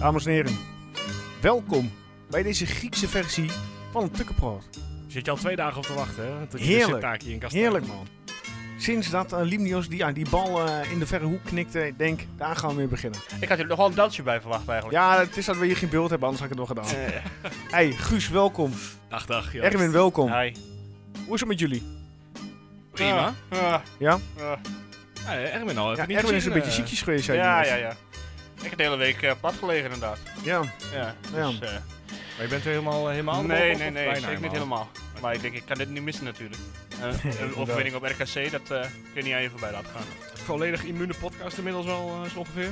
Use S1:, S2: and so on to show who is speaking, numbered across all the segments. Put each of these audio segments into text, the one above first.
S1: Dames en heren, welkom bij deze Griekse versie van een tukkenproot.
S2: Zit je al twee dagen op te wachten, hè? Tot je
S1: Heerlijk.
S2: de shiitake in kast
S1: Heerlijk man. Sinds dat eh, Limnios die, aan die bal eh, in de verre hoek knikte, ik denk, daar gaan we weer beginnen.
S3: Ik had er nogal een dansje bij verwacht eigenlijk.
S1: Ja, het is dat we hier geen beeld hebben, anders had ik het nog gedaan.
S3: Eh,
S1: Hey, Guus, welkom.
S2: Dag, dag. Joost.
S1: Erwin, welkom.
S3: hi.
S1: Hoe is het met jullie?
S2: Prima.
S3: Ah,
S1: Ja?
S3: ah,
S2: Ja, Erwin al. even
S1: Ja, Erwin
S2: niet
S1: is een
S2: gezien,
S1: beetje
S2: eh.
S1: ziekjes geweest, zei
S3: ja,
S1: hij
S3: ja,
S1: net.
S3: ja. Ik heb de hele week eh, plat gelegen inderdaad.
S1: Ja,
S3: Ja,
S1: Ja.
S3: dus, eh,
S2: Maar je bent weer helemaal... eh, helemaal
S3: nee,
S2: of-
S3: nee,
S2: of
S3: nee,
S2: bijna
S3: zeker niet helemaal. Maar ik denk, ik kan dit niet missen natuurlijk. Eh, een overwinning op RKC, dat eh kun je niet aan je voorbij laten gaan.
S2: Volledig immune podcast inmiddels wel, eh, zo ongeveer.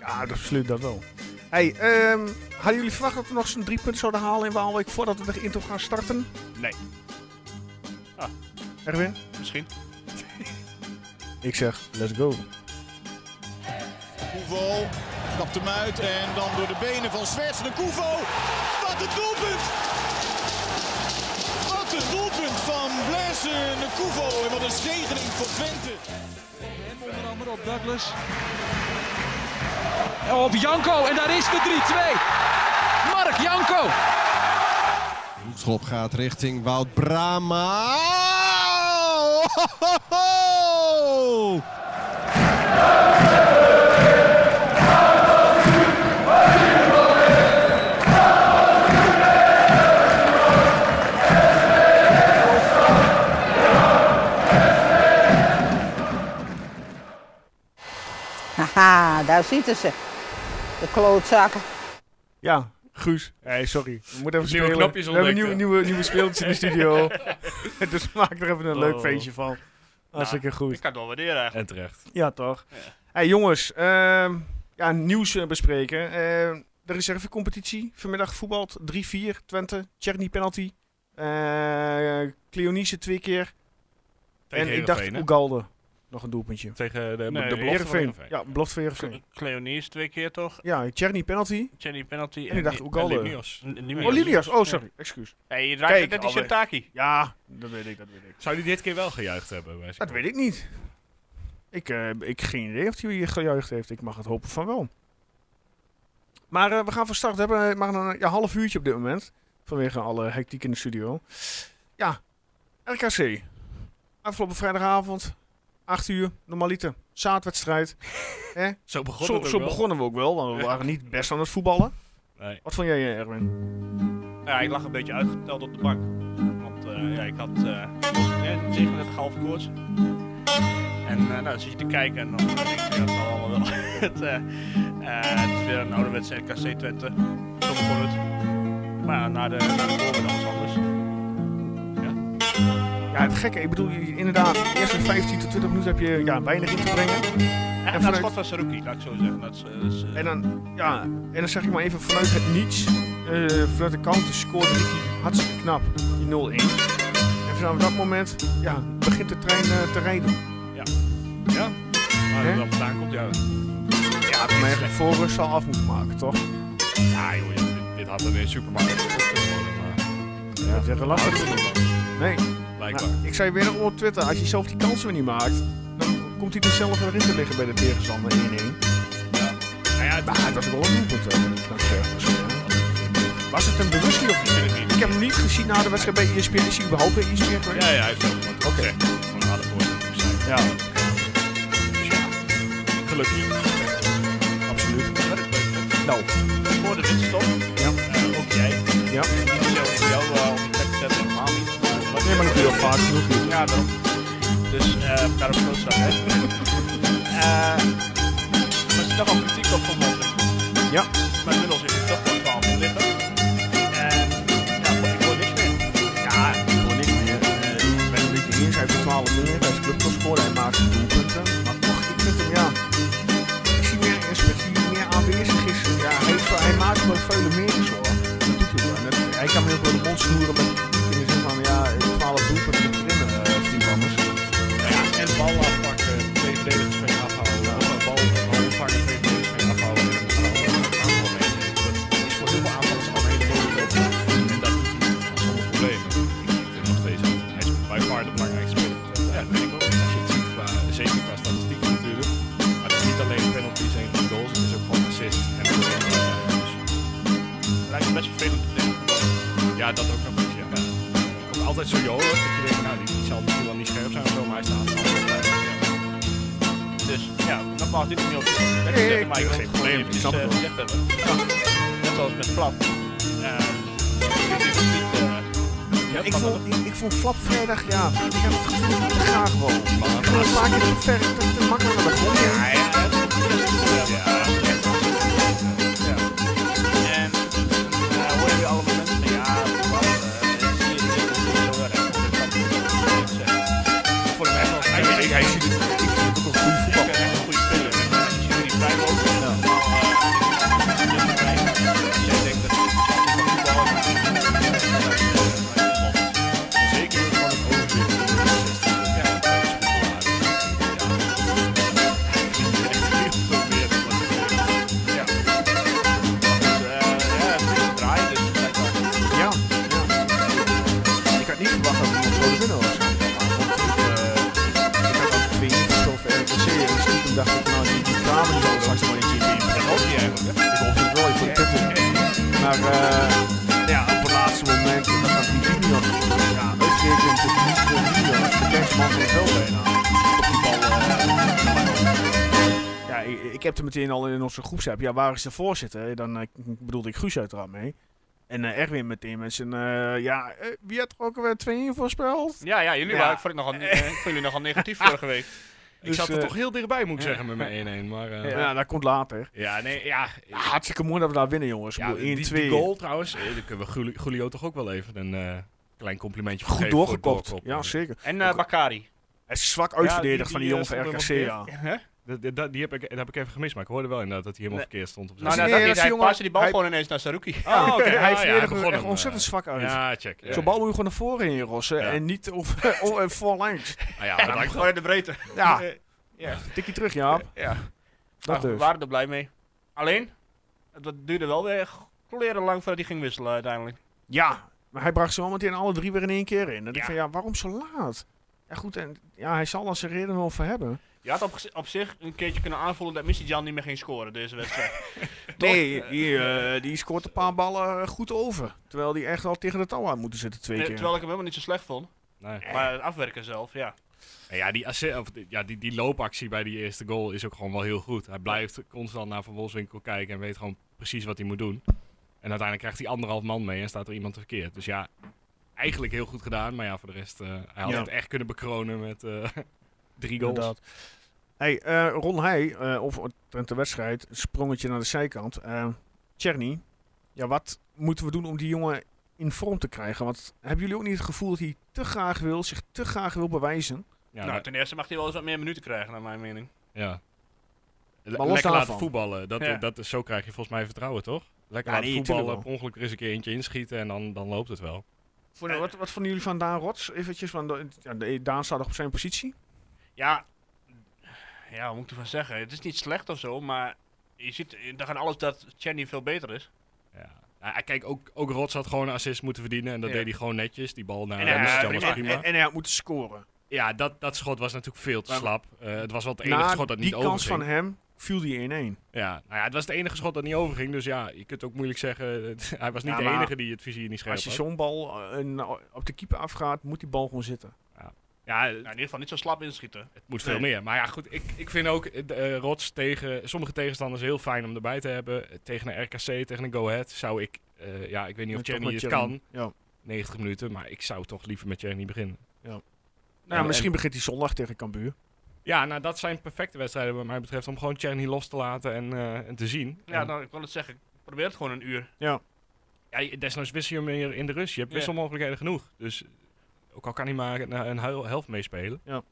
S1: ja, dat- absoluut dat wel. Hey, ehm, hadden jullie verwacht dat we nog zo'n drie punten zouden halen in Waalwijk voordat we de intro gaan starten?
S3: Nee. Ah.
S1: Erwin?
S3: Misschien.
S1: Ik zeg, let's go.
S4: Koevo kapt hem uit en dan door de benen van Zwerts de Koevo. Wat een doelpunt! Wat een doelpunt van Blaise de Koevo en wat een zegening voor Twente.
S5: Onder andere op Douglas. En Op Janko en daar is de 3-2. Mark Janko.
S6: Schop gaat richting Wout Brama.
S7: Haha, daar zitten ze. De klootzakken.
S1: Ja, Guus. Hey, sorry. We moeten even
S2: Nieuwe
S1: spelen.
S2: knopjes
S1: We hebben nieuwe,
S2: ontdekt,
S1: nieuwe, nieuwe speeltjes in de studio. dus maak er even een leuk
S2: Oh. Nou,
S1: feestje van. Hartstikke
S3: Ik
S1: goed.
S3: kan het wel waarderen eigenlijk.
S2: En terecht.
S1: Ja, toch? Hey, jongens. ehm, ja, nieuws eh, bespreken. Ehm, de reservecompetitie. Vanmiddag voetbalt 3-4. Twente. Cherny penalty. Eh Cleonice twee keer.
S2: Tegen
S1: en ik dacht
S2: Heerenveen, hè?
S1: Ugalde. Nog een doelpuntje.
S2: Tegen de,
S3: Nee,
S2: de belofte van
S1: Heerenveen.
S2: Heerenveen.
S1: Ja, belofte van Heerenveen.
S3: Cleonice twee keer toch?
S1: Ja, Cherny penalty.
S3: Jenny penalty.
S1: En ik dacht
S3: die-
S1: Ugalde.
S2: En Limnios.
S3: N-
S1: Oh,
S3: Limios.
S1: Lilias. Oh, sorry. Excuus.
S3: Hey, je
S1: Kijk,
S3: draait net die
S1: alweer.
S3: Shintaki.
S1: Ja, dat weet ik. Dat weet ik.
S2: Zou die dit keer wel gejuicht hebben? bij
S1: Dat weet ik niet. Ik heb ik heb geen idee of hij hier gejuicht heeft. Ik mag het hopen van wel. Maar eh, we gaan van start. We hebben maar een ja, half uurtje op dit moment. Vanwege alle hectiek in de studio. Ja, RKC. Afgelopen vrijdagavond. 8 uur, normaliter. Zaadwedstrijd. Hè?
S2: Zo begon
S1: Zo,
S2: het ook
S1: zo
S2: wel.
S1: begonnen we ook wel, want we waren niet best aan het voetballen.
S2: Nee.
S1: Wat vond jij, eh, Erwin?
S3: Nou Ja, ik lag een beetje uitgeteld op de bank. Want eh, ja, ik had eh, eh, 37,5 koorts. En eh, nou, dan zit je te kijken en dan denk ik, ja, dat zal allemaal wel. het, eh, eh, het is weer een ouderwetse RKC Twente. Zo begon het. Maar ja, na de na de goal werd alles anders.
S1: Ja, het gekke. Ik bedoel, je- inderdaad, de eerste 15 tot 20 minuten heb je ja, weinig in te brengen.
S3: En, en
S1: vanuit-
S3: dat schot was Saruki, laat ik zo zeggen. Dat is, eh, is, eh,
S1: En dan, ja, en dan zeg ik maar even vanuit het niets. eh, vanuit de counter scoort Ricky hartstikke knap die 0-1. En vanaf dat moment ja, begint de trein eh, te rijden.
S2: Ja. Maar
S1: Hè?
S2: dat vandaan komt, ja.
S1: Ja, maar je voor zal af moeten maken, toch?
S2: Ja, Ah, joh. ja, dit- Dit had er in de supermarkt gekocht kunnen worden, maar...
S1: Ja, dat is echt
S2: Houdt
S1: lastig.
S2: het goed op,
S1: Nee,
S2: Blijkbaar.
S1: maar ik zei weer op Twitter, als je zelf die kansen weer niet maakt, dan komt hij er zelf weer in te liggen bij de tegenstander 1-1.
S2: Nou ja,
S1: Maar het was wel een doelpunt, eh, kan ik zeggen. Dus, eh, Was het een bewustzijn of niet? Ik heb hem niet gezien na de wedstrijd bij E ESPN. Is hij überhaupt bij ESPN geweest?
S2: Ja, ja, hij heeft wel wat
S1: Oké.
S2: gezegd. Van een harde voorzet moest zijn.
S1: Ja,
S2: Dus ja, gelukkig.
S1: absoluut. Nou,
S3: voor de winststop.
S1: Ja.
S3: Eh, ook jij.
S1: Ja.
S3: Dat is ook voor jou wel op de plek zetten, helemaal niet. Maar wat-
S1: nee, maar dat doe je al vaak genoeg. joh.
S3: Ja, daarom. Dus eh daarom groot staan. Hè? Eh, maar er is toch wel kritiek op van Monster.
S1: Ja.
S3: Maar inmiddels is het toch wel 12 uur liggen. En ja, ik hoor niks meer.
S1: Ja, ik hoor niks meer. Eh, Ik ben een beetje eens. Hij heeft er 12 in. Hij heeft clubtopscorer. Hij maakt zijn doelpunten. Maar toch, ik vind hem, ja... Ik zie meer een spits die meer aanwezig is. Ja, hij,
S3: uh, uh, Dus
S2: Ja, dat ook nog een beetje. Ja. Ook altijd zo jolig dat je denkt, nou, die, die zal misschien wel niet scherp zijn of zo, maar hij staat er altijd op. Ja.
S3: Dus ja, dat mag dit niet op.
S1: Nee, nee, ik- geen probleem, ik snap het wel.
S3: Eh, Net zoals met flap. Eh, dit is niet, eh,
S1: Ja, ik,
S3: dat-
S1: vond, ik, ik vond Flap vrijdag, ja, ik heb het gevoel dat ik te graag wou. Ik vond het vaak te ver, te, te makkelijk naar de grond. Ja,
S3: Ja, ja, En eh, horen we allemaal mensen van ja, wat, eh, zie je dit is niet zo erg. Dat is, eh, Voor de mij wel
S1: ik, ik, ik zie het- ik vind het ook een goede voetbal.
S3: echt een goede speler. En eh, die zien we die vrijdag ook. Maar, eh, ja, maar wij- als jij denkt dat het niet kan voetballen, dan is het wel goed. Maar, eh,
S2: Zeker van het overzicht. van de 16e. Ja, dat is goed voor haar. Ja. Echt heel veel meer dan wat ik deed.
S3: dus, eh, ja, het is draaien, dus het lijkt wel-
S1: Ja, ja. Ik had niet verwacht dat het nog zo de winnaar was. Want ik, eh, ik had ook twee ingestoken voor RKC en stiekem dacht ik, nou, die, die kamer die zal straks nog wel een keer winnen.
S3: dat hoop je eigenlijk, hè?
S1: Ik hoop het wel, ik voor de punten. Maar eh, ja, op het laatste moment, en dan gaat die junior. Ja, weet je, ik denk dat die niet voor junior is. De beste man van het veld bijna. Op die bal. eh, ja, ik, ik heb er meteen al in onze groepsapp. Ja, waar is de voorzitter? Dan eh, bedoelde ik Guus uiteraard mee. En eh Erwin meteen met zijn, eh, ja, eh, wie had er ook weer 2-1 voorspeld?
S2: Ja, ja, jullie
S1: Ja.
S2: waren, ik vond, het nogal, eh, ik vond jullie nogal negatief vorige week. Ik
S1: Dus,
S2: zat er
S1: eh,
S2: toch heel dichtbij, moet ik zeggen, met mijn 1-1. Maar, eh,
S1: Ja, dat komt later.
S2: ja, nee, ja.
S1: Ja, hartstikke mooi dat we daar winnen, jongens.
S2: ja die, die
S1: 1-2.
S2: goal trouwens, eh, daar kunnen we Juli- Julio toch ook wel even een eh, klein complimentje voor
S1: Goed
S2: geven voor het
S1: doorgekopt.
S2: doorkoppen.
S1: Ja, zeker.
S3: En eh, Bakari. Nou,
S1: Het is zwak
S2: die-
S1: uitverdedigd
S2: die, eh,
S1: van die
S2: stond
S1: jongen van RKC,
S2: helemaal
S1: ja.
S3: Hè?
S2: Dat, dat- dat- die heb ik, dat heb ik even gemist, maar ik hoorde wel inderdaad dat hij helemaal verkeerd stond. Op
S3: Nou,
S1: Nee,
S3: nou,
S1: dat
S3: dat
S1: is
S3: niet.
S1: die
S3: Hij
S1: jongen-
S3: paste die bal
S1: hij-
S3: gewoon ineens naar Saruki.
S1: Ah, oké.
S2: Ja,
S1: Hij
S2: ja, hij
S1: verdedigt
S2: begon
S1: er echt
S2: hem,
S1: ontzettend
S2: eh,
S1: zwak uit.
S2: Ja, check. Ja,
S1: Zo'n nou, bal moet je gewoon naar voren in rossen
S2: Ja.
S1: en niet op, o- eh, voorlangs.
S2: Nou ja, maar dat-
S3: Gewoon in de breedte.
S1: Ja,
S3: Ja.
S1: tikkie terug, Jaap.
S3: Ja.
S1: Dat
S3: Nou,
S1: dus.
S3: we waren er blij mee. Alleen, dat duurde wel weer kleren lang voordat hij ging wisselen uiteindelijk.
S1: Ja, maar hij bracht ze wel meteen alle drie weer in één keer in. Dan denk ik
S3: Ja.
S1: van, ja, waarom zo laat? Ja, goed, en ja, hij zal daar zijn reden wel voor hebben.
S3: Je had op, gez- op zich een keertje kunnen aanvoelen dat Missy Jan niet meer ging scoren dus deze wedstrijd.
S1: Nee, die, eh, die scoort een paar ballen eh, goed over. Terwijl die echt al tegen de touw aan moeten zitten twee
S3: Eh,
S1: keer.
S3: terwijl ik hem helemaal niet zo slecht vond.
S2: nee.
S1: Eh.
S3: Maar het afwerken zelf, ja.
S2: Nou Ja, die, assi- of, die- ja die, die loopactie bij die eerste goal is ook gewoon wel heel goed. Hij blijft constant naar Van Wolfswinkel kijken en weet gewoon precies wat hij moet doen. En uiteindelijk krijgt hij anderhalf man mee en staat er iemand verkeerd. Dus ja, eigenlijk heel goed gedaan. Maar ja, voor de rest, eh, hij had
S1: Ja.
S2: het echt kunnen bekronen met eh, drie goals.
S1: Inderdaad. Hey, eh, Ron Heij, eh of Trent de wedstrijd, sprongetje naar de zijkant. Eh Tjerny, ja, wat moeten we doen om die jongen in vorm te krijgen? Want hebben jullie ook niet het gevoel dat hij te graag wil, zich te graag wil bewijzen?
S2: Ja,
S3: nou,
S2: maar-
S3: ten eerste mag hij wel eens wat meer minuten krijgen, naar mijn mening.
S2: ja. Le-
S1: los
S2: lekker laten
S1: daarvan.
S2: voetballen. Dat,
S3: Ja.
S2: dat, zo krijg je volgens mij vertrouwen, toch? Lekker
S1: Ja,
S2: laten
S1: nee,
S2: voetballen,
S1: tuurlijk
S2: per
S1: wel.
S2: ongeluk er eens een keer eentje inschieten en dan, dan loopt het wel.
S1: Vonden- Eh, wat, wat vonden jullie van Daan Rots? Eventjes, want de- ja, de- Daan staat nog op zijn positie.
S2: Nou,
S3: Ja, ja, wat moet ik ervan zeggen? Het is niet slecht of zo, maar je ziet eh, dan gaan alles dat Chenny veel beter is.
S2: Ja. Ja, kijk, ook, ook Rots had gewoon een assist moeten verdienen. En dat
S3: Ja.
S2: deed hij gewoon netjes. Die bal naar
S1: en,
S2: eh,
S1: hij,
S2: Mistral
S1: en,
S2: was prima.
S1: en- en hij had moeten scoren.
S2: Ja, dat, dat schot was natuurlijk veel te
S1: Maar-
S2: slap. Eh, het was wel het enige
S1: Na
S2: schot dat
S1: die
S2: niet
S1: kans
S2: overging.
S1: van hem viel die 1-1.
S2: ja, nou ja, het was het enige schot dat niet overging. Dus ja, je kunt ook moeilijk zeggen... het- hij was niet
S1: Ja,
S2: de
S1: maar-
S2: enige die het vizier niet scherp
S1: Als je
S2: had.
S1: zo'n bal eh, een- op de keeper afgaat, moet die bal gewoon zitten.
S2: Ja,
S3: Nou, in ieder geval niet zo slap inschieten.
S1: Nou,
S2: het moet veel meer. Maar ja, goed. Ik, ik vind ook eh, de, eh, Rots tegen sommige tegenstanders heel fijn om erbij te hebben. Eh, Tegen een RKC, tegen een Go Ahead zou ik... eh, ja, ik weet niet of
S1: En toch
S2: Jenny
S1: met
S2: het
S1: Tjerny.
S2: kan.
S1: Ja.
S2: 90 minuten. Maar ik zou toch liever met Jenny beginnen.
S1: Nou,
S2: En-
S1: misschien begint hij zondag tegen Cambuur.
S2: Ja, nou dat zijn perfecte wedstrijden wat mij betreft. Om gewoon Cherny los te laten en, eh, en te zien.
S3: Ja,
S2: En-
S3: dan, ik wil het zeggen, probeer het gewoon een uur.
S2: Ja, je- desnoods wissel je hem weer in de rust. Je hebt
S3: Ja.
S2: wisselmogelijkheden genoeg. Dus ook al kan hij maar een, een hel- helft meespelen,
S1: Ja,
S2: is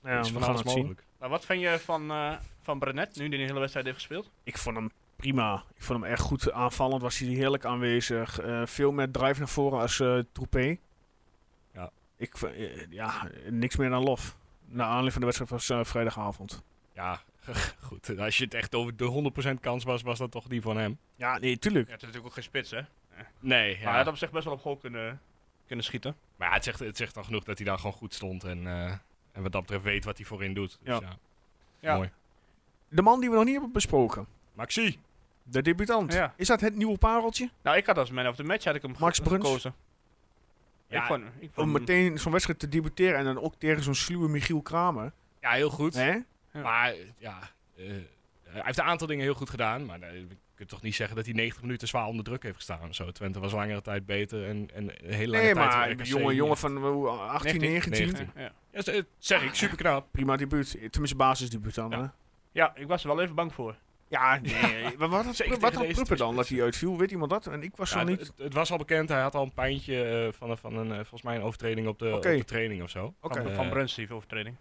S1: we
S2: van
S1: gaan
S2: alles
S1: het zien.
S2: mogelijk.
S3: Nou, wat vind je van, eh van Brenet, nu die de hele wedstrijd heeft gespeeld?
S1: Ik vond hem prima. Ik vond hem echt goed aanvallend. Was hij heerlijk aanwezig. Eh, veel meer drive naar voren als eh Troepé.
S2: Ja.
S1: Ik, v- eh, ja, niks meer dan lof. Na aanleiding van de wedstrijd was eh, vrijdagavond.
S2: Ja, goed. Als je het echt over de 100% kans was, was dat toch die van hem?
S1: Ja, nee, tuurlijk.
S3: Ja, het is natuurlijk ook geen spits, hè?
S2: Nee, ja.
S3: Maar hij had op zich best wel op goal kunnen, kunnen schieten.
S2: maar ja, het, zegt, het zegt al genoeg dat hij daar gewoon goed stond. En, eh, en wat dat betreft weet wat hij voorin doet. Dus
S1: Ja.
S2: ja.
S3: Ja.
S2: Mooi.
S1: De man die we nog niet hebben besproken.
S2: Maxi!
S1: De debutant.
S3: Ja.
S1: Is dat het nieuwe pareltje?
S3: Nou, ik had als man of the match had ik hem
S1: Max
S3: ge-
S1: Bruns? Oh,
S3: gekozen.
S2: Ja,
S3: ik vond, ik vond
S1: Om
S3: hem-
S1: meteen zo'n wedstrijd te debuteren en dan ook tegen zo'n sluwe Michiel Kramer.
S2: ja, heel goed.
S1: Hè?
S3: Ja.
S2: Maar ja, eh, hij heeft een aantal dingen heel goed gedaan. Maar eh, je kunt toch niet zeggen dat hij 90 minuten zwaar onder druk heeft gestaan. of Zo, Twente was langere tijd beter en, en een hele lange
S1: Nee,
S2: tijd...
S1: maar
S2: RKC
S1: een jongen,
S2: niet.
S1: jongen van eh, hoe, 18,
S3: 19,
S1: 19.
S2: Ja.
S3: Ja, ja.
S2: Ja, dat zeg ik, super knap.
S1: Prima debuut. Tenminste, basisdebuut dan.
S2: Ja.
S1: hè?
S3: ja, ik was er wel even bang voor.
S1: Ja, nee. maar wat
S2: Zeker
S1: had,
S2: tegen
S1: wat had
S2: deze
S1: Pruppen dan
S2: twee
S1: dat hij uitviel? Weet iemand dat? En ik was zo
S2: Ja, het-
S1: niet.
S2: het, het was al bekend, hij had al een pijntje eh, van, een- van een, eh, volgens mij een overtreding op de, op
S1: Oké.
S2: de training of zo.
S1: Oké.
S2: Eh,
S3: Van Bruns die overtreding.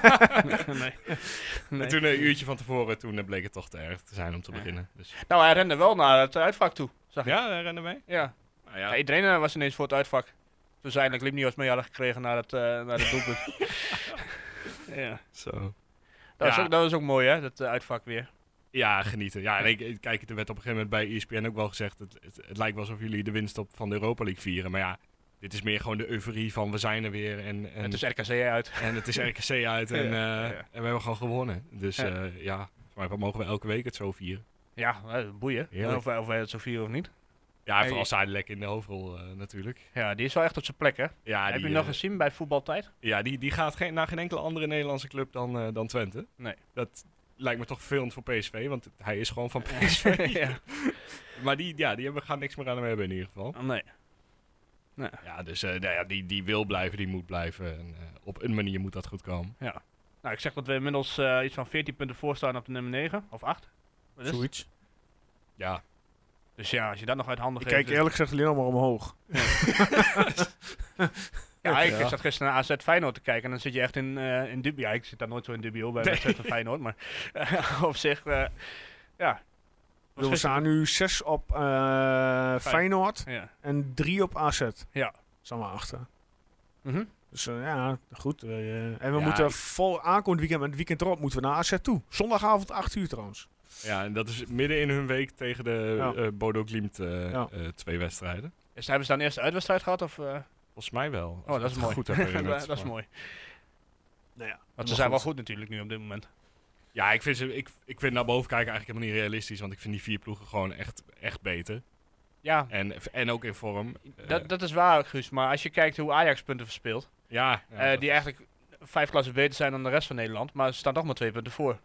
S3: nee.
S2: En
S3: nee.
S2: toen eh, een uurtje van tevoren, toen eh, bleek het toch te erg te zijn om te
S3: Ja.
S2: beginnen. Dus,
S3: Nou, hij rende wel naar het uitvak toe, zag ik.
S2: ja, daar rennen mee.
S3: Ja.
S2: Nou ja,
S3: Ja, iedereen eh, was ineens voor het uitvak. Dus eindelijk Limnios mee hadden gekregen naar het, eh naar het doelpunt. ja.
S2: zo.
S3: Dat, is
S2: Ja.
S3: ook, dat is ook mooi, hè? Dat eh, uitvak weer.
S2: ja, genieten. Ja, en ik, kijk, er werd op een gegeven moment bij E ESPN ook wel gezegd, het, het, het lijkt wel alsof jullie de winst op van de Europa League vieren. Maar ja, dit is meer gewoon de euforie van we zijn er weer en, en,
S3: het is RKC uit.
S2: en het is RKC uit en,
S3: Ja,
S2: eh,
S3: ja.
S2: en we hebben gewoon gewonnen. Dus
S3: Ja.
S2: eh, ja, maar mogen we elke week het zo vieren.
S3: Ja, eh, boeien.
S2: Heerlijk.
S3: Of, wij- of wij het zo vieren of niet.
S2: Ja, en
S3: Hey.
S2: vooral Zijdelijk in de hoofdrol eh, natuurlijk.
S3: Ja, die is wel echt op zijn plek, hè?
S2: Ja,
S3: Heb
S2: die,
S3: je nog
S2: eh,
S3: gezien bij voetbaltijd?
S2: Ja, die, die gaat geen, naar geen enkele andere Nederlandse club dan, eh, dan Twente.
S3: Nee.
S2: Dat lijkt me toch vervelend voor PSV, want hij is gewoon van PSV.
S3: ja.
S2: maar die, ja, die hebben, gaan niks meer aan hem hebben in ieder geval.
S3: Nee.
S2: Ja, dus eh, nou ja, die, die wil blijven, die moet blijven. En, eh, op een manier moet dat goed komen.
S3: Nou, ik zeg dat we inmiddels eh, iets van 14 punten voor staan op de nummer 9. Of 8.
S2: Dus
S3: Wat is het?
S1: Zoiets.
S2: Ja,
S3: Dus ja, als je dat nog uit handen
S1: Ik
S3: geeft... dus-
S1: kijk eerlijk gezegd alleen nog maar omhoog.
S3: Ja, ik,
S2: Ja.
S3: ik zat gisteren naar AZ Feyenoord te kijken en dan zit je echt in, eh in dubio. Ja, ik zit daar nooit zo in dubio bij
S2: Nee.
S3: AZ en Feyenoord, maar eh, op zich, eh, ja. Was
S1: We
S3: gisteren-
S1: staan nu 6 op eh Feyenoord
S3: Ja.
S1: en 3 op AZ.
S3: Ja.
S1: Staan we achter.
S3: Mhm.
S1: Dus eh, ja, goed. eh, en we
S2: Ja,
S1: moeten
S2: ik-
S1: vol aankomend weekend en het weekend erop moeten we naar AZ toe. Zondagavond 8 uur trouwens.
S2: ja en dat is midden in hun week tegen de
S1: Ja.
S2: eh, Bodo Glimt eh,
S1: Ja.
S2: eh, twee wedstrijden.
S3: Dus hebben ze dan eerst de uitwedstrijd gehad? Of, eh,
S2: Volgens mij wel.
S3: oh, dat is mooi.
S2: Goed
S3: dat, dat is mooi.
S1: Nou ja,
S3: Want ze
S1: maar
S3: zijn wel
S1: goed.
S3: goed natuurlijk nu op dit moment.
S2: Ja, ik vind, ze, ik, ik vind naar boven kijken eigenlijk helemaal niet realistisch, want ik vind die vier ploegen gewoon echt, echt beter.
S3: Ja,
S2: En, en ook in vorm. Eh,
S3: dat, dat is waar, Guus. Maar als je kijkt hoe Ajax punten verspeelt,
S2: Ja, ja,
S3: eh,
S2: dat-
S3: die eigenlijk vijf klassen beter zijn dan de rest van Nederland, maar ze staan toch maar twee punten voor.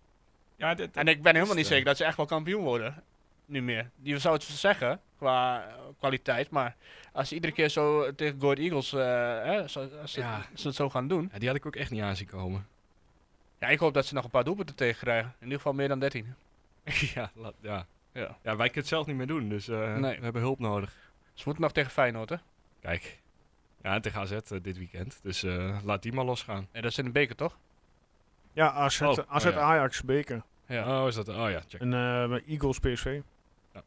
S2: ja, dit-
S3: En ik ben helemaal niet
S2: eh,
S3: zeker dat ze echt wel kampioen worden. Nu meer. Je zou het zeggen qua eh, kwaliteit, maar als ze iedere keer zo tegen Goat Eagles, eh, hè, zo- als, ze,
S2: Ja.
S3: als ze het zo gaan doen.
S2: ja, die had ik ook echt niet aan zien komen.
S3: Ja, ik hoop dat ze nog een paar doelpunten tegen krijgen. In ieder geval meer dan 13.
S2: ja, laat- ja.
S3: Ja.
S2: ja, wij kunnen het zelf niet meer doen, dus eh,
S3: Nee.
S2: we hebben hulp nodig.
S3: Ze moeten nog tegen Feyenoord, hè?
S2: Kijk, ja, en tegen AZ eh, dit weekend, dus eh, laat die maar losgaan.
S3: Ja, dat is in de beker, toch?
S1: Ja, AZ,
S2: Oh,
S1: AZ
S2: oh ja.
S1: Ajax, Beker.
S3: Ja.
S2: Oh, is dat? Oh ja, check.
S1: En eh, Eagles PSV.
S2: Ja.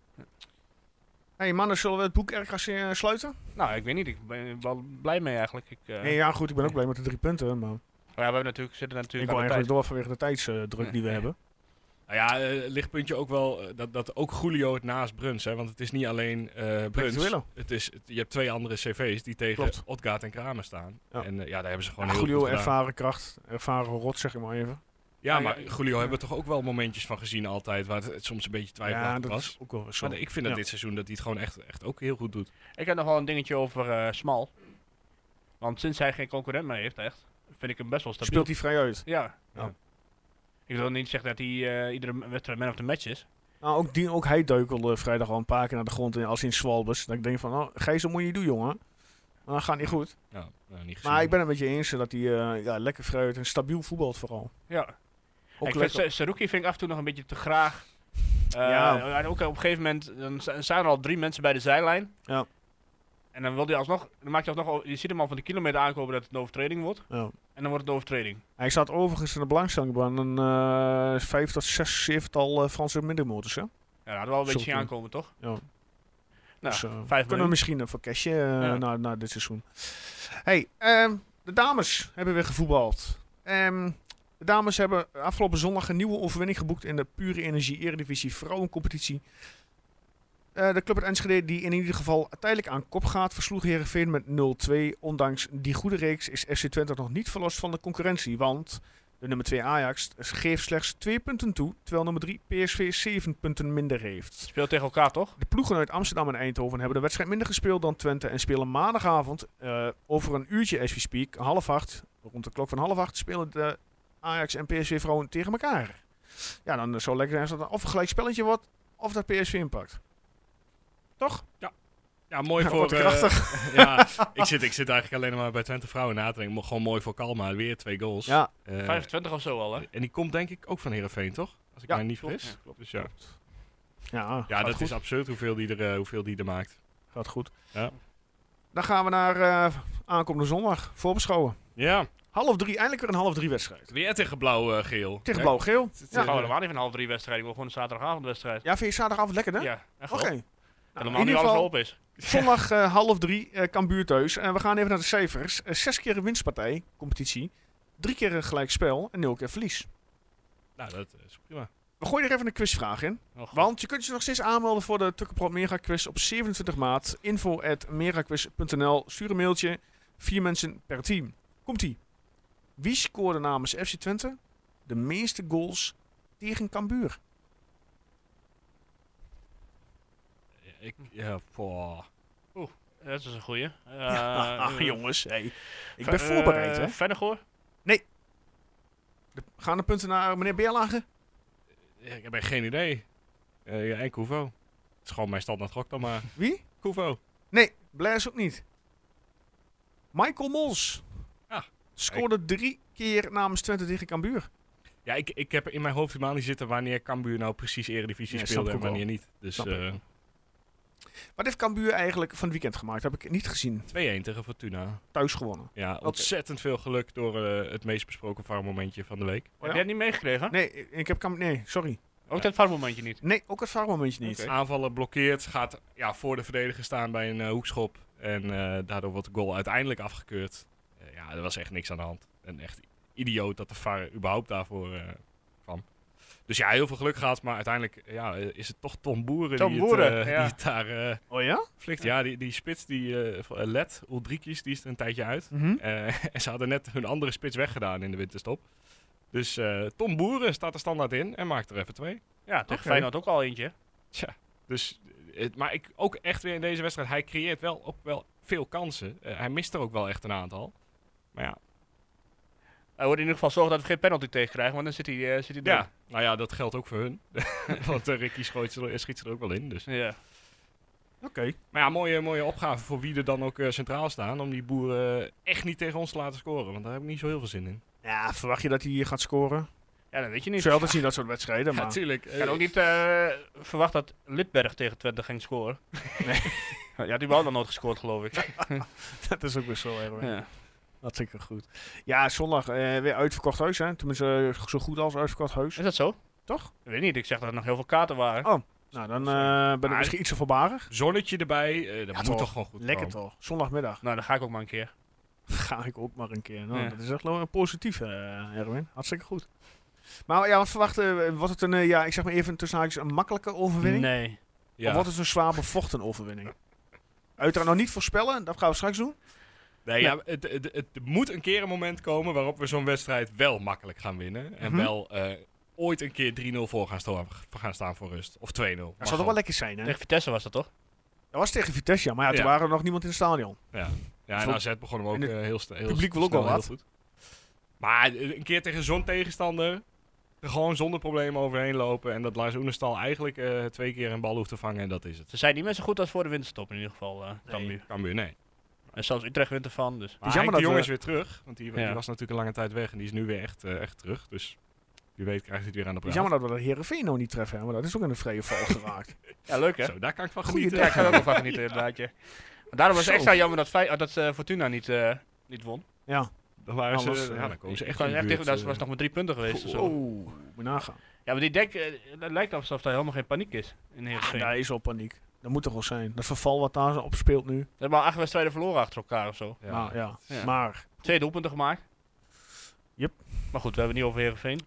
S1: hey mannen, zullen we het boek RKC eh, sluiten?
S3: Nou, ik weet niet. Ik ben wel blij mee eigenlijk. Ik, eh,
S1: Nee, ja, goed, ik ben ook
S3: Nee.
S1: blij met de drie punten. Maar
S3: ja, we hebben natuurlijk, zitten
S1: ik
S3: natuurlijk
S1: wil
S3: aan
S1: eigenlijk
S3: de tijd.
S1: door vanwege de tijdsdruk die we
S3: Ja.
S1: hebben.
S2: Nou ja, eh, lichtpuntje ook wel eh, dat, dat ook Julio het naast Bruns, hè, want het is niet alleen eh Bruns.
S1: Willen.
S2: Het is, het- je hebt twee andere cv's die tegen
S1: Klopt.
S2: Otgaard en Kramer staan.
S1: Ja.
S2: En eh, ja, daar hebben ze gewoon
S1: Ja,
S2: heel
S1: Julio,
S2: goed gedaan.
S1: ervaren kracht, ervaren rot, zeg ik maar even.
S2: Ja,
S3: Ja,
S2: maar
S3: ja,
S2: Julio hebben we toch ook wel momentjes van gezien altijd, waar het, het soms een beetje
S1: ja,
S2: twijfelachtig
S1: dat
S2: was.
S1: is ook wel zo.
S2: Maar ik vind dat
S1: Ja.
S2: dit seizoen dat hij het gewoon echt, echt ook heel goed doet.
S3: Ik heb nog wel een dingetje over eh, Smal. Want sinds hij geen concurrent meer heeft, echt, vind ik hem best wel stabiel.
S1: Speelt hij Oh. vrij uit.
S3: Ja.
S1: Ja.
S3: Ik wil niet zeggen dat hij eh, iedere m- wedstrijd man of the match is.
S1: Nou, ook, die, ook hij duikelde vrijdag al een paar keer naar de grond in, als in Swalbus. Dat ik denk van, oh, Gijs, dat moet je niet doen, jongen. Maar dat gaat niet goed.
S2: Ja, nou, niet gezien.
S1: Maar ik ben het met je eens eh, dat hij eh, ja, lekker vrij uit en stabiel voetbalt vooral.
S3: Ja.
S1: Ook
S3: ik vind
S1: lekker.
S3: Sa- Saruki vind ik af en toe nog een beetje te graag. Eh,
S1: Ja.
S3: En ook op een gegeven moment dan z- zijn er al drie mensen bij de zijlijn.
S1: Ja.
S3: En dan wil hij alsnog, dan maakt hij alsnog, o- je ziet hem al van de kilometer aankomen dat het een overtreding wordt.
S1: Ja.
S3: En dan wordt het een overtreding.
S1: Hij staat overigens in de belangstelling van een eh vijf tot zes, zevental eh, Franse middenmotors. Hè?
S3: Ja, daar hadden we al een beetje
S1: Saruki.
S3: zien aankomen, toch?
S1: Ja.
S3: Nou,
S1: Dus, eh,
S3: vijf
S1: kunnen we
S3: minuten.
S1: misschien even cashje eh,
S3: Ja.
S1: na, na dit seizoen. Hey, ehm, de dames hebben weer gevoetbald. Ehm, de dames hebben afgelopen zondag een nieuwe overwinning geboekt in de Pure Energie Eredivisie Vrouwencompetitie. Eh, de club uit Enschede, die in ieder geval tijdelijk aan kop gaat, versloeg Herenveen met 0-2. Ondanks die goede reeks is FC Twente nog niet verlost van de concurrentie. Want De nummer 2 Ajax geeft slechts 2 punten toe, terwijl nummer 3 PSV 7 punten minder heeft.
S3: Speelt tegen elkaar, toch?
S1: De ploegen uit Amsterdam en Eindhoven hebben de wedstrijd minder gespeeld dan Twente en spelen maandagavond eh, over een uurtje as we speak, half acht, rond de klok van half acht, spelen de Ajax en PSV vrouwen tegen elkaar. Ja, dan zou lekker zijn als dat een of een gelijk spelletje wordt, of dat PSV inpakt. Toch?
S2: Ja, mooi
S1: Ja,
S2: voor...
S1: wordt
S2: eh,
S1: krachtig.
S2: ja, ik zit, ik zit eigenlijk alleen maar bij Twente Vrouwen na te denken. Maar Gewoon mooi voor Kalma. Weer twee goals.
S1: Ja,
S2: Eh,
S3: 25 of zo al, hè?
S2: en die komt denk ik ook van Heerenveen, toch? Als ik
S1: Ja,
S2: mij niet
S3: klopt.
S2: vergis.
S3: Ja, klopt.
S2: Dus ja,
S1: ja,
S2: ja
S1: gaat
S2: dat
S1: goed.
S2: is absurd hoeveel die, er, eh, hoeveel die er maakt.
S1: Gaat goed.
S2: Ja.
S1: Dan gaan we naar eh, aankomende zondag. Voorbeschouwen.
S2: Ja,
S1: Half drie, eindelijk weer een half drie wedstrijd.
S2: weer tegen eh, blauw-geel.
S1: Tegen blauw-geel.
S3: Ja.
S1: Ja.
S3: gaan we Oh, helemaal niet van half drie wedstrijd. Ik wil gewoon een zaterdagavondwedstrijd.
S1: ja, vind je zaterdagavond lekker, hè?
S3: Ja, echt
S1: Oké.
S3: wel.
S1: Nou,
S3: Helemaal
S1: in
S3: niet
S1: ieder
S3: alles
S1: geval,
S3: op is.
S1: zondag eh, half drie, eh Cambuur thuis. En we gaan even naar de cijfers. Eh, zes keer een winstpartij, competitie. Drie keer een gelijk spel en nul keer verlies.
S2: Nou, dat is prima.
S1: We gooien er even een quizvraag in.
S3: Oh, goed.
S1: Want je kunt je nog steeds aanmelden voor de Tukkenprot Mega Quiz op 27 maart. Info at meraquiz.nl. Stuur een mailtje. Vier mensen per team. Komt-ie. Wie scoorde namens FC Twente de meeste goals tegen Cambuur?
S2: Ik, ja, poh.
S3: Dat is een goeie. Eh,
S1: Ja,
S3: eh,
S1: ach, jongens, hey. Ah, ik ben
S3: eh,
S1: voorbereid. Hè.
S3: Vennegoor?
S1: De- gaan de punten naar meneer Beerlagen?
S2: Ja, Ik heb echt geen idee. Eh, ja, en Kuvo. Het is gewoon mijn standaard gok dan maar.
S1: Wie?
S2: Kuvo.
S1: Nee, Blaise ook niet. Michael Mols
S2: Ah,
S1: scoorde drie keer namens Twente tegen Cambuur.
S2: Ja, ik, ik heb in mijn hoofd helemaal niet zitten wanneer Cambuur nou precies Eredivisie
S1: Nee, snap
S2: speelde
S1: ik
S2: en
S1: ook wel.
S2: wanneer niet. Dus
S1: Snap ik.
S2: eh, 2-1
S1: Wat heeft Cambuur eigenlijk van het weekend gemaakt? Heb ik niet gezien.
S2: tegen Fortuna.
S1: Thuis gewonnen.
S2: Ja, ontzettend veel geluk door eh, het meest besproken VAR-momentje van de week.
S1: ja?
S3: Heb jij het niet meegekregen?
S1: Nee, ik heb Cambuur... Nee, sorry.
S3: Ook dat varmomentje niet.
S1: Nee, ook het VAR-momentje niet.
S2: Aanvallen blokkeert, gaat ja, voor de verdediger staan bij een eh, hoekschop. En eh, daardoor wordt de goal uiteindelijk afgekeurd. Eh, ja, er was echt niks aan de hand. En echt idioot dat de VAR überhaupt daarvoor eh, kwam. Dus ja, heel veel geluk gehad, maar uiteindelijk ja, eh, is het toch Tom Boeren,
S3: Tom
S2: die,
S3: Boeren,
S2: het, eh,
S3: ja.
S2: die het daar eh,
S1: Oh ja?
S2: flikt. Ja, die, die spits, die eh van, eh, Let, Uldrikis, die is er een tijdje uit. Eh, en ze hadden net hun andere spits weggedaan in de winterstop. Dus eh, Tom Boeren staat er standaard in en maakt er even twee.
S3: Ja, tegen
S1: Oké.
S3: Feyenoord ook al eentje.
S2: Dus, het, maar ik, ook echt weer in deze wedstrijd, hij creëert wel, ook wel veel kansen. Eh, hij mist er ook wel echt een aantal. Maar ja,
S3: Hij wordt in ieder geval zorgen dat we geen penalty tegen krijgen, want dan zit hij, eh, zit hij
S2: ja, nou ja, dat geldt ook voor hun. Want eh, Ricky schoot ze er- schiet ze er ook wel in. Dus.
S3: erin. Ja.
S1: Oké.
S2: Maar ja, mooie, mooie opgave voor wie er dan ook eh, centraal staan. Om die boeren echt niet tegen ons te laten scoren. Want daar heb ik niet zo heel veel zin in.
S1: Ja, verwacht je dat hij hier gaat scoren?
S3: ja, dat weet je niet.
S1: Zelf dat zien dat soort wedstrijden, maar...
S2: Natuurlijk.
S3: Ik had ook niet eh, verwacht dat Lidberg tegen Twente ging scoren. Nee. ja, die had nog nooit gescoord, geloof ik.
S1: dat is ook best wel erg.
S3: Ja.
S1: Hartstikke goed. Ja, zondag eh, weer uitverkocht huis, hè? Tenminste, eh, zo goed als uitverkocht huis.
S3: Is dat zo?
S1: Toch?
S3: Ik weet niet, ik zeg dat er nog heel veel kaarten waren.
S1: Oh, Nou, dan eh, ben ik
S2: Ah,
S1: misschien iets te voorbarig.
S2: Zonnetje erbij. eh, dat
S1: Ja,
S2: moet
S1: toch.
S2: toch, gewoon goed
S1: Lekker
S2: komen.
S1: toch? Zondagmiddag
S3: Nou, dan ga ik ook maar een keer.
S1: ga ik ook maar een keer. Nou,
S3: Ja.
S1: Dat is echt wel een positief, eh, Erwin. Hartstikke goed. Maar ja, wat verwachten we? Wordt het een, eh, ja, ik zeg maar even tussen haakjes, een makkelijke overwinning?
S3: Nee.
S1: Of
S2: Ja.
S1: wordt het een zwaar bevochten overwinning? Uiteraard nog niet voorspellen, dat gaan we straks doen.
S2: Nee, ja, het, het, het moet een keer een moment komen waarop we zo'n wedstrijd wel makkelijk gaan winnen. En
S1: Mhm.
S2: wel eh, ooit een keer 3-0 voor gaan, sto- gaan staan voor rust. Of 2-0.
S1: Dat zou
S2: Mag
S1: toch wel
S2: wel.
S1: lekker zijn, hè?
S3: Tegen Vitesse was dat toch?
S1: Dat was tegen Vitesse, ja. Maar ja, toen
S2: Ja.
S1: waren er nog niemand in het stadion.
S2: Ja, en
S1: Zo-
S2: AZ begon hem ook
S1: en het
S2: eh, heel snel. Het
S1: publiek wil ook wel wat.
S2: Goed. Maar eh, een keer tegen zo'n tegenstander er gewoon zonder problemen overheen lopen. En dat Lars Oenestal eigenlijk eh, twee keer een bal hoeft te vangen. En dat is het.
S3: Ze zijn niet meer zo goed als voor de winterstop in ieder geval, eh Cambuur.
S2: Cambuur, nee.
S3: En zelfs Utrecht wint ervan, dus...
S1: jammer
S2: Maar Henk de
S1: dat
S2: Jong
S1: we-
S2: is weer terug. Want die, die
S3: Ja.
S2: was natuurlijk een lange tijd weg. En die is nu weer echt, eh, echt terug. Dus wie weet krijgt hij het weer aan de praat.
S1: Jammer dat we dat Heerenveen nog niet treffen, hè, maar dat is ook in de vrije val geraakt.
S3: Ja, leuk hè?
S2: Zo, daar kan ik van
S1: Goeie
S2: genieten.
S3: Ja, ik ga er ook wel van genieten inderdaad. ja. Maar daarom was het
S1: Zo.
S3: extra jammer dat, Fey- eh, dat eh, Fortuna niet, eh, niet won.
S1: Ja.
S2: Dan waren ze,
S1: Anders, eh,
S2: ja, dan komen Oh, ze echt
S3: Gewoon
S2: in de
S3: echt tegen,
S2: buurt,
S3: dat
S2: eh.
S3: was nog maar drie punten geweest. of zo.
S1: Oh, moet nagaan.
S3: Ja, maar die denk, eh, het lijkt alsof daar helemaal geen paniek is in
S1: Ja,
S3: Heerenveen.
S1: daar is al paniek. Dat moet toch wel zijn. Dat verval wat daar op speelt nu.
S3: We hebben al acht wedstrijden verloren achter elkaar of zo.
S1: Ja.
S2: Nou, Ja.
S1: Maar, ja.
S3: Ja.
S1: maar
S3: Twee doelpunten gemaakt.
S1: Yep.
S3: Maar goed, we hebben het niet over Heerenveen.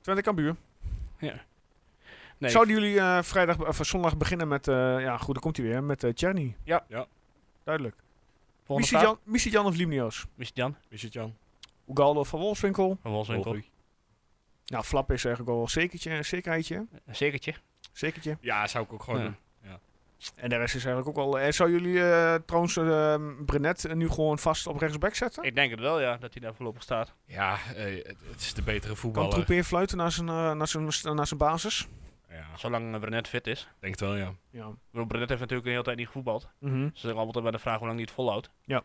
S1: Twente Cambuur.
S3: Nee.
S1: Zouden jullie eh, vrijdag, of zondag beginnen met, eh, ja goed, dan komt hij weer, met eh Tjerni?
S3: Ja.
S2: Ja.
S1: Duidelijk.
S3: volgende
S1: Missie
S3: vraag?
S1: Jan, Missie Jan of Limnios?
S3: Missie Jan
S2: Wie is het, Jan?
S1: Ugaldo van Wolfswinkel,
S3: van Wolfswinkel.
S1: Nou, flap is eigenlijk wel een zekertje, een zekerheidje.
S3: Een zekertje.
S1: Zekertje.
S2: Ja, zou ik ook gewoon
S3: Ja.
S2: doen.
S1: En de rest is eigenlijk ook wel... eh, zou jullie eh trouwens eh, Brenet nu gewoon vast op rechtsback zetten?
S3: Ik denk het wel, ja, dat hij daar voorlopig staat.
S2: Ja, eh, het, het is de betere
S1: Kan
S2: voetballer.
S1: Troepeer fluiten naar zijn, eh, naar, zijn, naar zijn basis?
S2: Ja, ik
S3: Zolang eh, Brenet fit is.
S2: denk het wel, ja.
S1: Ja.
S3: Ik bedoel, Brenet heeft natuurlijk de hele tijd niet gevoetbald.
S1: Mhm.
S3: Dus het is altijd bij de vraag hoe lang hij het volhoudt.
S1: Ja.
S3: Maar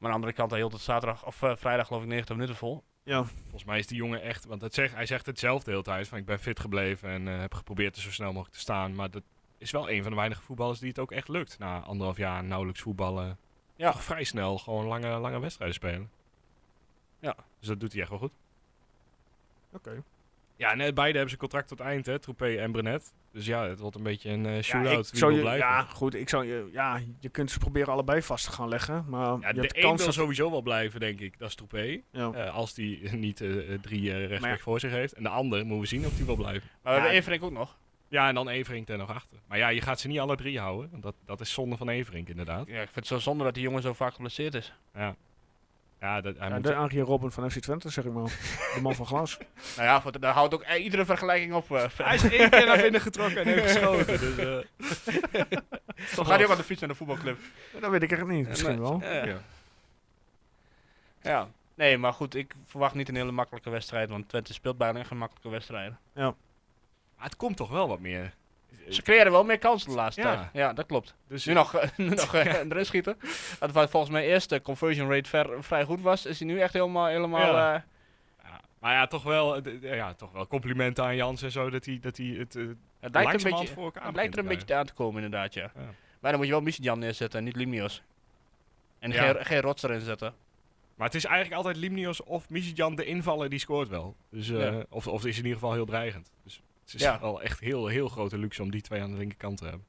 S3: aan de andere kant, hij hield het zaterdag, of eh, vrijdag geloof ik 90 minuten vol.
S1: ja.
S2: Volgens mij is die jongen echt, want het zeg, hij zegt hetzelfde de hele tijd. Van ik ben fit gebleven en eh, heb geprobeerd er zo snel mogelijk te staan. Maar dat is wel een van de weinige voetballers die het ook echt lukt. Na anderhalf jaar nauwelijks voetballen.
S3: Ja.
S2: Ja. Toch vrij snel gewoon lange, lange wedstrijden spelen.
S3: Ja.
S2: Dus dat doet hij echt wel goed.
S1: Oké.
S2: Ja, en eh, beide hebben ze contract tot eind, hè. Troepé en Brenet. Dus ja, het wordt een beetje een eh
S1: Ja, ik
S2: shootout. Wie
S1: zou
S2: wil
S1: je,
S2: blijven?
S1: ja, goed. Ik zou, je- ja, je kunt ze proberen allebei vast te gaan leggen. Maar
S2: Ja,
S1: je
S2: de
S1: hebt de
S2: één
S1: kans
S2: wil
S1: dat...
S2: sowieso wel blijven, denk ik. Dat is Troepé.
S1: Ja.
S2: Eh, als die niet eh, eh, drie eh rechtsback
S1: Maar ja.
S2: voor zich heeft. En de ander moeten we zien of die wil blijven.
S3: Maar we
S1: Ja,
S3: hebben Everink ook nog.
S2: Ja, en dan Everink er nog achter. Maar ja, je gaat ze niet alle drie houden. want Dat, dat is zonde van Everink, inderdaad.
S3: Ja, ik vind het zo zonde dat die jongen zo vaak geblesseerd is.
S2: Ja, dat, hij
S1: Ja,
S2: moet...
S1: de Arjen Robben van FC Twente, zeg ik maar. De man van glas.
S3: Nou ja, goed, daar houdt ook eh, iedere vergelijking op. eh.
S2: Hij is één keer naar binnen getrokken en heeft geschoten. Dus, eh, is toch
S3: Dan gaat hij ook
S2: wat.
S3: aan de fiets naar de voetbalclub.
S1: Dat weet ik echt niet. Misschien wel.
S3: Ja.
S2: Ja.
S3: Ja. Nee, maar goed, ik verwacht niet een hele makkelijke wedstrijd, want Twente speelt bijna geen makkelijke wedstrijden.
S2: Maar het komt toch wel wat meer.
S3: Ze creëren wel meer kansen de laatste
S2: Ja.
S3: tijd. Ja, dat klopt.
S2: Dus
S3: Nu nog, eh, nu nog eh, erin schieten. Dat was volgens mij eerst de conversion rate ver, vrij goed was, is hij nu echt helemaal, helemaal
S2: Ja.
S3: eh,
S2: Ja, maar ja, toch wel, eh, d- ja, toch wel complimenten aan Jans en zo. Dat hij, dat hij het eh,
S3: het lijkt een
S2: langzamerhand
S3: beetje,
S2: voor elkaar
S3: het lijkt er een
S2: begint te
S3: beetje aan te komen inderdaad, ja.
S2: Ja.
S3: Maar dan moet je wel Michijan neerzetten en niet Limios. En
S2: Ja.
S3: geen, geen rots erin zetten.
S2: krijgen. Maar het is eigenlijk altijd Limnios of Michijan, de invaller, die scoort wel. Dus, eh,
S3: Ja.
S2: of, of is in ieder geval heel dreigend. Dus het is
S3: Ja.
S2: wel echt heel, heel grote luxe om die twee aan de linkerkant te hebben.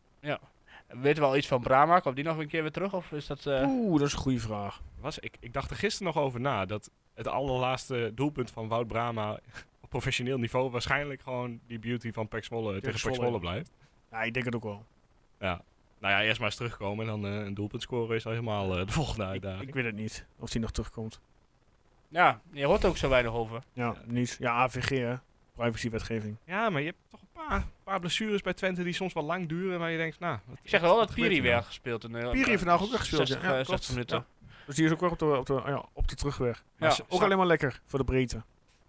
S3: Weten we al iets van Brama? Komt die nog een keer weer terug? Of is dat... eh,
S1: Oeh, dat is een goede vraag.
S2: Was, ik, ik dacht er gisteren nog over na dat het allerlaatste doelpunt van Wout Brama op professioneel niveau waarschijnlijk gewoon die beauty van Pek Zwolle tegen Pek
S1: Zwolle.
S2: Zwolle blijft.
S1: Ja, ik denk het ook wel.
S2: Ja. Nou ja, eerst maar eens terugkomen en dan eh, een doelpunt scoren is dan helemaal eh, de volgende
S1: Ik,
S2: uitdaging.
S1: ik weet het niet. Of hij nog terugkomt.
S3: Ja, je hoort er ook zo weinig over.
S1: Ja, niet. Ja, AVG, hè. Privacywetgeving.
S2: Ja, maar je hebt toch een paar, paar blessures bij Twente die soms wel lang duren waar je denkt, nou... Wat,
S3: Ik zeg
S2: wat-
S3: wel
S2: wat
S3: dat
S2: gebeurt
S3: Piri
S2: hier
S3: weer
S2: nou?
S3: gespeeld. In,
S1: Piri heeft vandaag ook weer gespeeld,
S3: 60,
S1: ja. Ja,
S3: eh, 60
S1: klopt.
S3: minuten.
S1: Dus die is ook weer op de, op de, ah ja, op de terugweg.
S2: Maar
S3: Ja.
S2: z-
S1: Ook
S2: zou-
S1: alleen maar lekker voor de breedte.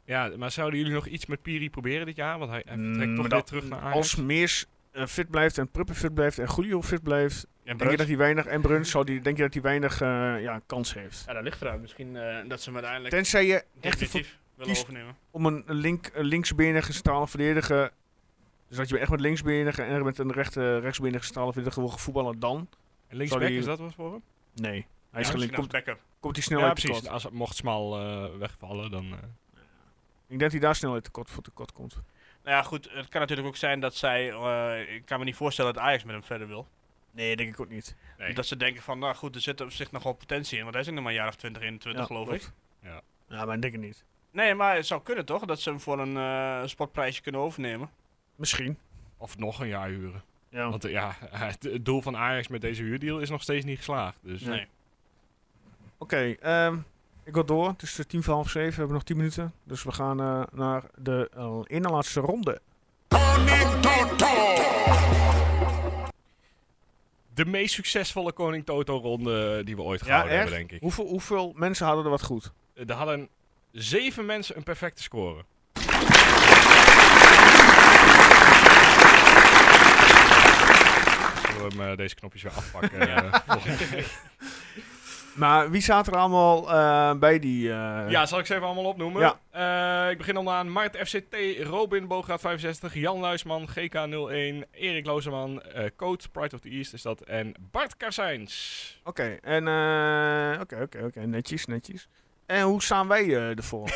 S2: Ja, maar zouden jullie nog iets met Piri proberen dit jaar? Want hij, hij
S1: Mm,
S2: vertrekt toch
S1: maar
S2: weer
S1: dat-
S2: terug naar Ajax.
S1: Als Meers eh, fit blijft en Pruppen fit blijft en Julio fit blijft,
S3: En
S1: denk je
S3: Bruns?
S1: dat hij weinig, en Bruns, zou die, denk je dat hij weinig eh, ja, kans heeft.
S3: Ja, dat ligt eraan. Misschien eh, dat ze hem uiteindelijk
S1: Tenzij je echt ervoor-
S3: definitief willen
S1: kiest.
S3: overnemen.
S1: om een link, een linksbenige centrale verdediger, dus dat je echt met linksbenige en met een rechter, rechtsbenige centrale verdediger wil gaan voetballen dan?
S2: En linksback
S1: zou die-
S2: is dat wat voor hem?
S1: Nee. Hij is
S3: Misschien
S1: gelinkt.
S3: als
S1: Komt,
S3: backup.
S1: komt die
S2: Ja,
S1: snelheid
S2: precies.
S1: tekort?
S2: Als, mocht Smal eh, wegvallen, dan... eh,
S1: Ik denk dat hij daar snelheid tekort voor tekort komt.
S3: Nou ja, goed. Het kan natuurlijk ook zijn dat zij... eh, ik kan me niet voorstellen dat Ajax met hem verder wil.
S1: Nee, denk ik ook niet.
S2: Nee.
S3: Dat ze denken van, nou goed, er zit op zich nog wel potentie in. Want hij is nog maar een jaar of 20, 21 geloof ik.
S1: Ja.
S2: Ja.
S1: klopt. Ja, maar ik denk het niet.
S3: Nee, maar het zou kunnen toch? Dat ze hem voor een eh, spotprijsje kunnen overnemen.
S1: Misschien.
S2: Of nog een jaar huren.
S1: Ja.
S2: Want eh, ja, het, het doel van Ajax met deze huurdeal is nog steeds niet geslaagd. Dus
S1: Nee.
S2: nee.
S1: Oké, ehm, ik wil door. Het is eh, tien voor half zeven. We hebben nog tien minuten. Dus we gaan eh, naar de eh, ene en laatste ronde.
S2: de meest succesvolle Koning Toto-ronde die we ooit gehouden hebben, denk ik.
S1: Hoeveel, hoeveel mensen hadden er wat goed?
S2: Eh, Er hadden zeven mensen een perfecte score. Zullen we hem, eh, deze knopjes weer afpakken? eh, volgende keer?
S1: Maar wie zaten er allemaal eh, bij die... eh,
S2: ja, zal ik ze even allemaal opnoemen? Eh, ik begin onderaan. Mart FCT, Robin Bogaat 65, Jan Luisman, GK01, Erik Lozeman, eh Coach, Pride of the East is dat. En Bart Karsijns.
S1: Oké, en... eh, Oké, oké, oké. Netjes, netjes. En hoe staan wij eh, ervoor?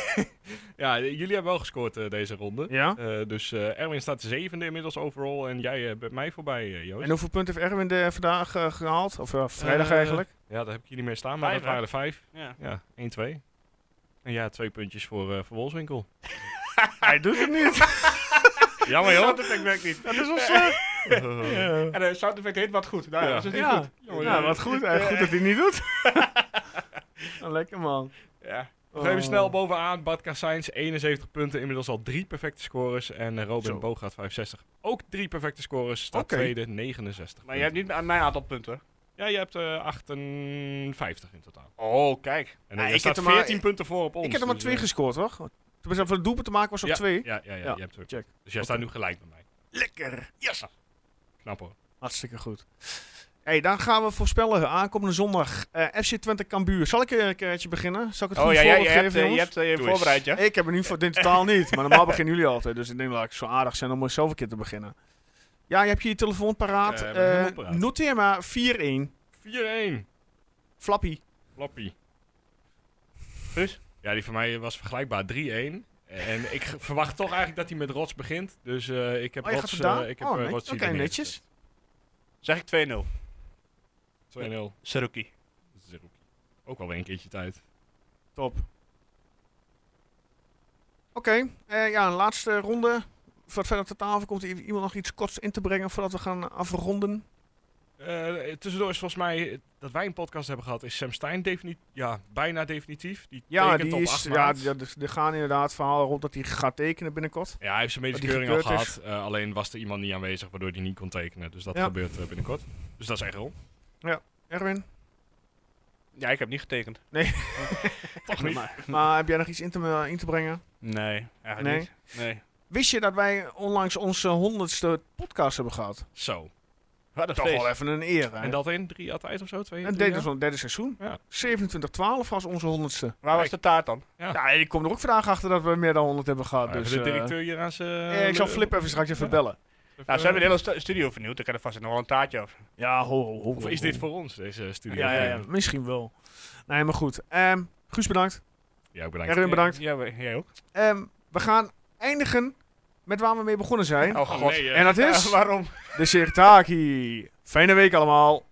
S2: Ja, eh, jullie hebben wel gescoord eh, deze ronde.
S1: ja?
S2: Eh, dus eh, Erwin staat zevende inmiddels overall. En jij eh, bent mij voorbij, eh, Joost.
S1: En hoeveel punten heeft Erwin eh, vandaag eh, gehaald? Of eh, vrijdag
S2: Eh,
S1: eigenlijk?
S2: Ja, daar heb ik jullie mee staan, maar
S3: Vijf,
S2: dat waren er vijf.
S3: Ja.
S2: Ja, 1-2. En ja, twee puntjes voor, eh voor Wolfswinkel.
S1: Hij doet het niet.
S2: Jammer, joh.
S3: Dat werkt niet.
S1: Dat is wel slecht. ja.
S3: En eh, de sound effect heet wat goed. Nou ja,
S2: Ja.
S3: dat is niet
S1: Ja.
S3: goed. Jongen,
S1: Ja, wat goed. eh, goed dat hij het niet doet. Lekker man.
S3: Ja.
S2: Nog even snel bovenaan. Bart Kassijns, 71 punten. Inmiddels al drie perfecte scores. En eh, Robin
S1: Zo.
S2: Boogaard, 65. Ook drie perfecte scores. Staat
S1: Oké.
S2: tweede, 69.
S3: Maar je hebt niet aan mijn aantal punten.
S2: Ja, je hebt eh, 58 in totaal.
S3: Oh, kijk.
S2: En
S1: Ja,
S2: er
S1: Ah, ik
S2: staat
S1: heb er maar-
S2: 14 punten voor op ons.
S1: Ik heb er maar
S2: dus,
S1: twee
S2: eh,
S1: gescoord, toch? Tenminste, voor het doelpunt te maken was er
S2: ja,
S1: twee.
S2: Ja, ja, ja,
S1: Ja,
S2: je hebt er-
S1: check.
S2: Dus jij staat nu gelijk bij mij.
S1: Lekker! Yes!
S2: Knap hoor.
S1: Hartstikke goed. hey, dan gaan we voorspellen. Aankomende zondag. eh, FC Twente Cambuur. Zal ik een keertje beginnen? Zal ik het
S3: Oh
S1: goed
S3: ja, ja,
S1: voorbeeld
S3: je
S1: geven,
S3: hebt eh, je
S1: jongens?
S3: hebt, eh, je
S2: Doe eens.
S3: voorbereid, ja?
S1: Ik heb er nu voor in totaal niet. Maar normaal beginnen jullie altijd. Dus ik denk dat ik zo aardig zijn om zelf een keer te beginnen. Ja, je hebt je je telefoon paraat.
S2: Ja, ik heb hem
S1: Eh,
S2: helemaal paraat.
S1: noteer maar 4-1.
S2: 4-1.
S1: Flappy.
S2: Flappie.
S3: Dus?
S2: Ja, die van mij was vergelijkbaar 3-1. En ik ge- verwacht toch eigenlijk dat hij met Rots begint. Dus eh, ik heb
S1: Oh, je gaat
S2: Rots...
S1: het
S2: eh,
S1: daar?
S2: ik heb
S1: oh,
S2: eh,
S1: net-
S2: Rots
S1: Oké,
S2: hier neergezet.
S1: netjes.
S3: Zeg ik 2-0.
S2: 2-0.
S3: Saruki.
S2: Dat is er ook- Ook alweer een keertje tijd.
S1: Top. Oké, eh, ja, een laatste ronde. Wat verder ter tafel komt, i- iemand nog iets korts in te brengen voordat we gaan afronden.
S2: Eh, tussendoor is volgens mij eh, dat wij een podcast hebben gehad, is Sam Stein definitief, ja, bijna definitief. Die
S1: Ja,
S2: tekent
S1: die
S2: op
S1: is,
S2: acht
S1: ja,
S2: maart.
S1: die- die- er gaan inderdaad verhalen rond dat hij gaat tekenen binnenkort.
S2: Ja, hij heeft zijn medische
S1: Dat die
S2: keuring al
S1: gekeurd
S2: gehad. eh, alleen was er iemand niet aanwezig waardoor hij niet kon tekenen. Dus dat
S1: Ja.
S2: gebeurt eh, binnenkort. Dus dat is echt rol.
S1: Erwin,
S3: Ja, ik heb niet getekend.
S2: Toch niet?
S1: maar heb jij nog iets in te, eh, in te brengen?
S3: Nee, eigenlijk
S1: Nee?
S3: niet. Nee.
S1: Wist je dat wij onlangs onze honderdste podcast hebben gehad?
S2: Zo.
S3: Wat een
S1: Toch
S3: feest.
S1: wel even een eer, hè?
S2: En dat in drie jaar tijd of zo? Twee,
S1: En
S2: drie
S1: dit
S2: jaar?
S1: is zo'n derde seizoen.
S2: Ja.
S1: 27-12 was onze honderdste.
S3: Waar was de taart dan?
S1: Ja, ik kom er ook vandaag achter dat we meer dan 100 hebben gehad.
S2: Ah,
S1: dus,
S2: even de
S1: eh,
S2: directeur hier aan zijn...
S1: eh, ik zal Flip even straks even
S2: Ja.
S1: bellen.
S2: Even-
S3: Nou, ze hebben de hele stu- studio vernieuwd. Dan kan er vast nog wel een taartje af.
S1: Ja, ho, ho, ho.
S2: Of is dit voor ons, deze studie?
S1: Oh. Ja, ja, ja, misschien wel. Nee, maar goed. Ehm, Guus bedankt.
S2: Ja, ook bedankt.
S1: Erwin bedankt.
S3: Ja, maar- jij ook.
S1: Ehm, we gaan eindigen met waar we mee begonnen zijn.
S3: Oh god.
S2: nee, eh.
S1: En dat
S3: Ja,
S1: is
S3: waarom?
S1: de Sirtaki. Fijne week allemaal.